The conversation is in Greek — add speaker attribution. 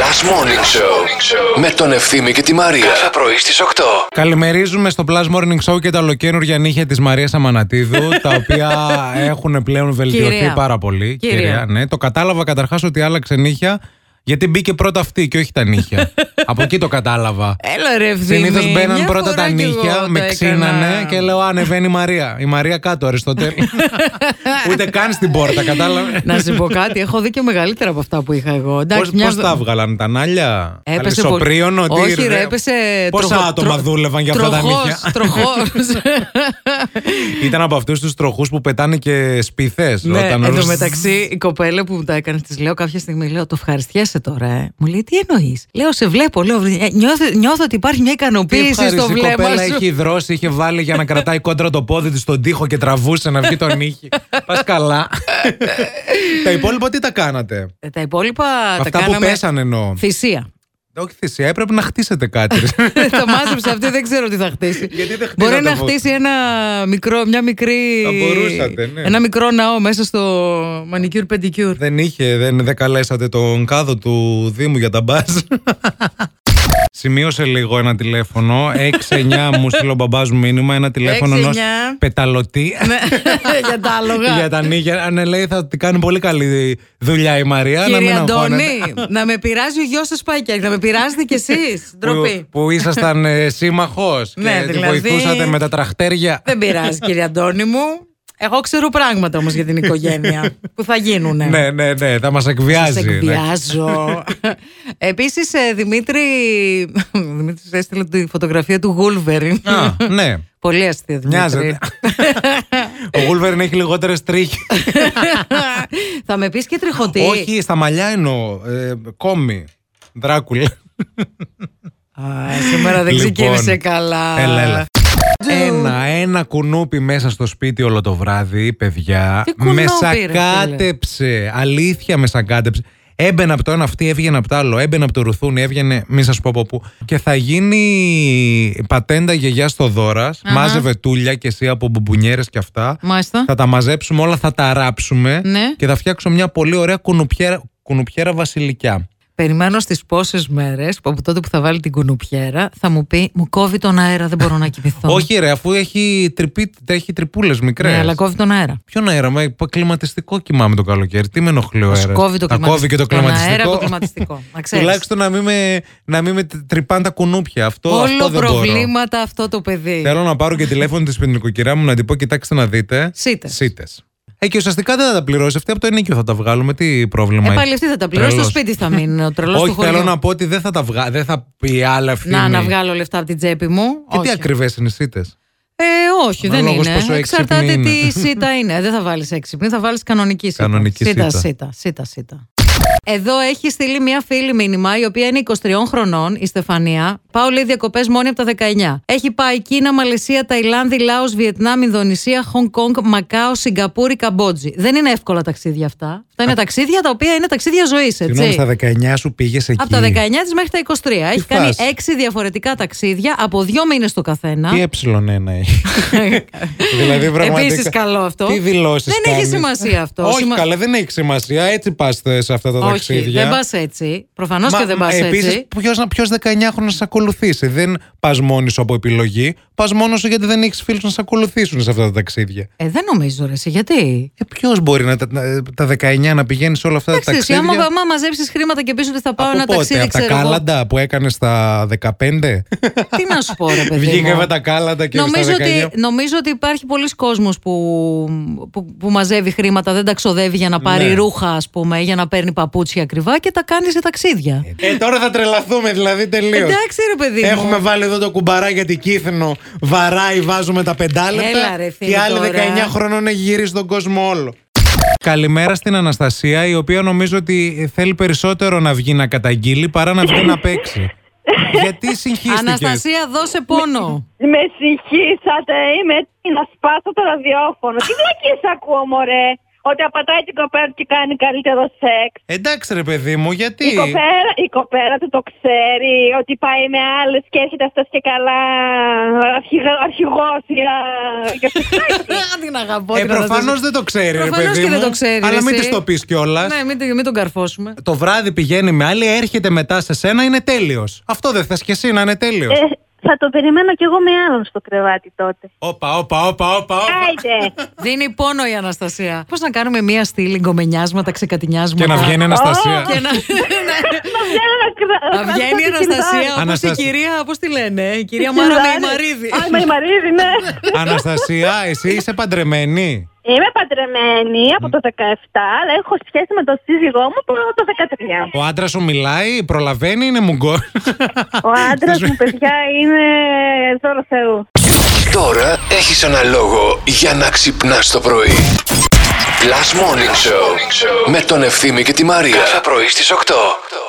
Speaker 1: Last Morning Show με τον Ευθύμη και τη Μαρία. Κάθε πρωί στις 8.
Speaker 2: Καλημερίζουμε στο Plus Morning Show και τα ολοκένουργια νύχια της Μαρίας Αμανατίδου, τα οποία έχουν πλέον βελτιωθεί
Speaker 3: Κυρία.
Speaker 2: πάρα πολύ.
Speaker 3: Κυρία.
Speaker 2: ναι. Το κατάλαβα καταρχάς ότι άλλαξε νύχια, γιατί μπήκε πρώτα αυτή και όχι τα νύχια. Από εκεί το κατάλαβα.
Speaker 3: Έλα ρε ευθύνη.
Speaker 2: Συνήθω μπαίναν
Speaker 3: Μια
Speaker 2: πρώτα
Speaker 3: φορά
Speaker 2: τα
Speaker 3: κι
Speaker 2: νύχια,
Speaker 3: εγώ
Speaker 2: με
Speaker 3: το
Speaker 2: ξύνανε
Speaker 3: έκανα.
Speaker 2: και λέω ανεβαίνει η Μαρία. Η Μαρία κάτω, Αριστοτέλη. Ούτε καν στην πόρτα, κατάλαβες.
Speaker 3: Να σου πω κάτι, έχω δει και μεγαλύτερα από αυτά που είχα εγώ. Εντάξει,
Speaker 2: Πώς,
Speaker 3: μια
Speaker 2: πώς
Speaker 3: δο-
Speaker 2: τα βγάλαν τα νάλια,
Speaker 3: Έπεσε
Speaker 2: αλυσοπρίωνο,
Speaker 3: πολύ.
Speaker 2: τι
Speaker 3: Όχι,
Speaker 2: ήρθε?
Speaker 3: ρε, έπεσε.
Speaker 2: Πόσα
Speaker 3: τροχο-
Speaker 2: άτομα
Speaker 3: τρο-
Speaker 2: δούλευαν για αυτά τα
Speaker 3: τροχός,
Speaker 2: νύχια.
Speaker 3: τροχός.
Speaker 2: Ήταν από αυτούς τους τροχούς που πετάνε και σπιθέ.
Speaker 3: ναι, εν τω μεταξύ, η κοπέλα που μου τα έκανε, της λέω κάποια στιγμή, λέω, το ευχαριστιέσαι τώρα. Ε. Μου λέει, τι εννοείς. Λέω, σε βλέπω, λέω, «Ε, νιώθω, νιώθω ότι υπάρχει μια ικανοποίηση στο
Speaker 2: Η
Speaker 3: βλέμμα
Speaker 2: κοπέλα
Speaker 3: σου.
Speaker 2: είχε δρώσει, είχε βάλει για να κρατάει κόντρα το πόδι της στον τοίχο και τραβούσε να βγει τον ήχη. Πας καλά. τα υπόλοιπα τι τα κάνατε.
Speaker 3: Ε, Τα υπόλοιπα τα
Speaker 2: Αυτά που
Speaker 3: κάναμε
Speaker 2: πέσανε εννοώ.
Speaker 3: θυσία.
Speaker 2: Όχι θυσία, έπρεπε να χτίσετε κάτι.
Speaker 3: το μάζεψε αυτή, δεν ξέρω τι θα χτίσει.
Speaker 2: Γιατί δεν χτίσατε
Speaker 3: Μπορεί να
Speaker 2: από-
Speaker 3: χτίσει ένα μικρό, μια μικρή.
Speaker 2: Θα μπορούσατε, ναι.
Speaker 3: Ένα μικρό ναό μέσα στο μανικιούρ πεντικιούρ.
Speaker 2: δεν είχε, δεν, δεν καλέσατε τον κάδο του Δήμου για τα μπάζ. Σημείωσε λίγο ένα τηλέφωνο. 6-9 μου στείλε ο μπαμπάς μου μήνυμα. Ένα τηλέφωνο ενός
Speaker 3: 6-9.
Speaker 2: πεταλωτή.
Speaker 3: Ναι, Για τα άλογα.
Speaker 2: Για τα νύχια. Αν λέει θα τη κάνει πολύ καλή δουλειά η Μαρία. να
Speaker 3: Κύριε
Speaker 2: μην αγχώνεται.
Speaker 3: Αντώνη, να με πειράζει ο γιος σας πάει και να με πειράζετε κι εσείς.
Speaker 2: που,
Speaker 3: Ντροπή.
Speaker 2: που ήσασταν ε, σύμμαχος
Speaker 3: Ναι,
Speaker 2: και τη
Speaker 3: δηλαδή-
Speaker 2: βοηθούσατε με τα τραχτέρια.
Speaker 3: Δεν πειράζει, κύριε Αντώνη μου. Εγώ ξέρω πράγματα όμως για την οικογένεια που θα γίνουν.
Speaker 2: Ναι, ναι, ναι, θα μας
Speaker 3: Σε
Speaker 2: εκβιάζει. ναι.
Speaker 3: εκβιάζω. Επίσης, Δημήτρη. ο Δημήτρης έστειλε τη φωτογραφία του Γούλβεριν.
Speaker 2: Α, ναι.
Speaker 3: Πολύ αστεία, Δημήτρη.
Speaker 2: Μοιάζεται. Ο Γούλβερν έχει λιγότερες τρίχες.
Speaker 3: θα με πεις και τριχωτή.
Speaker 2: Όχι, στα μαλλιά εννοώ. Ε, κόμι. Δράκουλα.
Speaker 3: Α, σήμερα δεν
Speaker 2: Λοιπόν,
Speaker 3: ξεκίνησε καλά.
Speaker 2: Έλα, έλα. Ένα, ένα κουνούπι μέσα στο σπίτι όλο το βράδυ, παιδιά.
Speaker 3: Τι κουνούπι,
Speaker 2: με
Speaker 3: ρε φίλε.
Speaker 2: σακάτεψε. Αλήθεια, με σακάτεψε. Έμπαινα από το ένα αυτή, έβγαινε από το άλλο. Έμπαινα από το ρουθούνι, έβγαινε, μην σας πω από πού. Και θα γίνει πατέντα γιαγιά στο δωρα Μάζευε τούλια και εσύ από μπουμπουνιέρες και αυτά.
Speaker 3: Μάλιστα.
Speaker 2: Θα τα μαζέψουμε όλα, θα τα ράψουμε.
Speaker 3: Ναι.
Speaker 2: Και θα φτιάξω μια πολύ ωραία κουνουπιέρα, κουνουπιέρα βασιλικιά.
Speaker 3: Περιμένω στις πόσες μέρες που από τότε που θα βάλει την κουνουπιέρα θα μου πει Μου κόβει τον αέρα, δεν μπορώ να κοιμηθώ.
Speaker 2: Όχι, ρε, αφού έχει, τρυπή, έχει τρυπούλες μικρές.
Speaker 3: Ναι, αλλά κόβει τον αέρα.
Speaker 2: Ποιον αέρα, μα είπα, κλιματιστικό κοιμάμαι το καλοκαίρι. Τι με ενοχλεί ο αέρα.
Speaker 3: Σου κόβει το
Speaker 2: Τα
Speaker 3: κλιματιστικό.
Speaker 2: κόβει και το
Speaker 3: Τον
Speaker 2: κλιματιστικό.
Speaker 3: αέρα, το κλιματιστικό. Να ξέρεις.
Speaker 2: Τουλάχιστον να μην με, να μην με τρυπάνε τα κουνούπια. Αυτό, αυτό
Speaker 3: Όλο
Speaker 2: δεν μπορώ.
Speaker 3: προβλήματα αυτό το παιδί.
Speaker 2: Θέλω να πάρω και τηλέφωνο της πεντρικοκυρά μου να την πω: Κοιτάξτε να δείτε.
Speaker 3: Σίτες.
Speaker 2: Σίτες. Ε, και ουσιαστικά δεν θα τα πληρώσεις. Αυτή από το ενίκιο θα τα βγάλουμε. Τι πρόβλημα
Speaker 3: Ε,
Speaker 2: έχει.
Speaker 3: πάλι αυτή θα τα πληρώσεις. Στο
Speaker 2: Τρελός.
Speaker 3: σπίτι θα μείνει ο τρελός
Speaker 2: Όχι,
Speaker 3: του χωριού.
Speaker 2: θέλω να πω ότι δεν θα τα βγάλει. Δεν θα πει άλλα ευθύνη.
Speaker 3: να, να βγάλω λεφτά από την τσέπη μου.
Speaker 2: Και τι
Speaker 3: Όχι.
Speaker 2: ακριβές είναι οι σίτες.
Speaker 3: Ε, όχι, δεν
Speaker 2: Ανάλογος πόσο
Speaker 3: είναι.
Speaker 2: έξυπνη
Speaker 3: Εξαρτάται
Speaker 2: είναι.
Speaker 3: τι σίτα είναι. Δεν θα βάλεις έξυπνη, θα βάλεις κανονική σίτα.
Speaker 2: Κανονική
Speaker 3: σίτα.
Speaker 2: σίτα.
Speaker 3: Σίτα, σίτα, σίτα. Εδώ έχει στείλει μια φίλη μήνυμα, η οποία είναι 23 χρονών, η Στεφανία. Πάω λέει διακοπές μόνη από τα 19. Έχει πάει Κίνα, Μαλαισία, Ταϊλάνδη, Λάος, Βιετνάμ, Ινδονησία, Χονγκ Κονγκ, Μακάο, Σιγκαπούρη, Καμπότζη. Δεν είναι εύκολα ταξίδια αυτά. Αυτά είναι ταξίδια τα οποία είναι ταξίδια ζωής, έτσι.
Speaker 2: Συγγνώμη, στα 19 σου πήγες εκεί.
Speaker 3: Από τα 19 της μέχρι τα 23. Έχει κάνει
Speaker 2: φάση.
Speaker 3: 6 διαφορετικά ταξίδια από δύο μήνες το καθένα.
Speaker 2: Τι ε1 έχει. δηλαδή πραγματικά.
Speaker 3: Επίσης καλό αυτό.
Speaker 2: Τι δηλώσεις.
Speaker 3: Δεν έχει σημασία αυτό.
Speaker 2: Όχι,
Speaker 3: Σημα-
Speaker 2: καλά, δεν έχει σημασία. Έτσι πας σε αυτά τα
Speaker 3: Όχι,
Speaker 2: ταξίδια. ε,
Speaker 3: δεν πας έτσι. Προφανώς και δεν πας
Speaker 2: Επίσης,
Speaker 3: έτσι.
Speaker 2: ποιος 19χρονο να σε ακολουθήσει. Δεν πας μόνη σου από επιλογή. Πας μόνος σου γιατί δεν έχεις φίλους να σε ακολουθήσουν σε αυτά τα ταξίδια.
Speaker 3: Ε, δεν νομίζω ρε, εσύ, γιατί.
Speaker 2: Ε, ποιος μπορεί να, τα, να- τα 19 να πηγαίνεις σε όλα αυτά τα
Speaker 3: Εντάξει, εσύ,
Speaker 2: ταξίδια.
Speaker 3: άμα, άμα μαζέψεις χρήματα και πεις ότι θα πάω
Speaker 2: από
Speaker 3: ένα
Speaker 2: πότε,
Speaker 3: ταξίδι,
Speaker 2: από τα
Speaker 3: ξέρω εγώ.
Speaker 2: κάλαντα που έκανες στα 15.
Speaker 3: Τι να σου πω, ρε παιδί.
Speaker 2: Βγήκα
Speaker 3: μου.
Speaker 2: με τα κάλαντα και
Speaker 3: Νομίζω
Speaker 2: στα 19.
Speaker 3: ότι, νομίζω ότι υπάρχει πολλοί κόσμος που, που, που μαζεύει χρήματα, δεν τα ξοδεύει για να πάρει
Speaker 2: Ναι.
Speaker 3: ρούχα, ας πούμε, για να παίρνει παπούτσια ακριβά και τα κάνει σε ταξίδια.
Speaker 2: Ε, τώρα θα τρελαθούμε δηλαδή τελείως.
Speaker 3: Εντάξει, ρε παιδί. μου.
Speaker 2: Έχουμε βάλει εδώ το κουμπαρά για την Κύθνο. Βαράει, βάζουμε τα πεντάλεπτα.
Speaker 3: Έλα, ρε, φίλε,
Speaker 2: και άλλοι
Speaker 3: τώρα.
Speaker 2: 19 χρονών έχει γυρίσει τον κόσμο όλο. Καλημέρα στην Αναστασία, η οποία νομίζω ότι θέλει περισσότερο να βγει να καταγγείλει παρά να βγει να παίξει. Γιατί συγχύστηκες
Speaker 3: Αναστασία, δώσε πόνο.
Speaker 4: Με συγχύσατε, είμαι τι, να σπάσω το ραδιόφωνο. Τι βλακίες ακούω, μωρέ. ότι απατάει την κοπέρα και κάνει καλύτερο σεξ.
Speaker 2: Εντάξει ρε παιδί μου, γιατί.
Speaker 4: Η κοπέρα, η κοπέρα του το ξέρει ότι πάει με άλλες και έρχεται αυτός και καλά αρχηγό- αρχηγός για... για το σεξ.
Speaker 3: Αχ, την αγαπώ.
Speaker 2: Ε,
Speaker 3: την
Speaker 2: προφανώ
Speaker 3: Αναστασία.
Speaker 2: δεν το ξέρει, ρε
Speaker 3: Προφανώς
Speaker 2: παιδί
Speaker 3: και δεν
Speaker 2: μου.
Speaker 3: το ξέρει.
Speaker 2: Αλλά μην
Speaker 3: εσύ.
Speaker 2: της το πεις κιόλας.
Speaker 3: Ναι, μην, το- μην τον καρφώσουμε.
Speaker 2: Το βράδυ πηγαίνει με άλλη, έρχεται μετά σε σένα, είναι τέλειος. Αυτό δεν θες κι εσύ να είναι τέλειος.
Speaker 4: Ε, θα το περιμένω κι εγώ με άλλον στο κρεβάτι τότε.
Speaker 2: Όπα, όπα, όπα, όπα. όπα.
Speaker 3: Ναι,
Speaker 4: Άιντε.
Speaker 3: Δίνει πόνο η Αναστασία. Πώς να κάνουμε μία στήλη γκομενιάσματα, ξεκατηνιάσματα.
Speaker 2: Και να βγαίνει η Αναστασία.
Speaker 3: Και να-
Speaker 4: Να βγαίνω να κρα-
Speaker 3: Να ναι. βγαίνει η
Speaker 4: κρατήσω το
Speaker 3: Αναστασία όπως η
Speaker 2: Αναστασία.
Speaker 3: κυρία, πώς τη λένε, η κυρία
Speaker 4: κινητό.
Speaker 3: Μάρα
Speaker 4: Κινητό.
Speaker 3: Μεϊμαρίδη.
Speaker 4: Α, Μεϊμαρίδη, ναι.
Speaker 2: Αναστασία, εσύ είσαι παντρεμένη.
Speaker 4: Είμαι παντρεμένη από το 17, αλλά έχω σχέση με τον σύζυγό μου από το 13.
Speaker 2: Ο άντρας σου μιλάει, προλαβαίνει, είναι μουγκός.
Speaker 4: Ο άντρας μου, παιδιά, είναι δώρο Θεού.
Speaker 1: Τώρα έχεις ένα λόγο για να ξυπνάς το πρωί. Last Morning Show με τον Ευθύμη και τη Μαρία. Κάθε πρωί στις 8.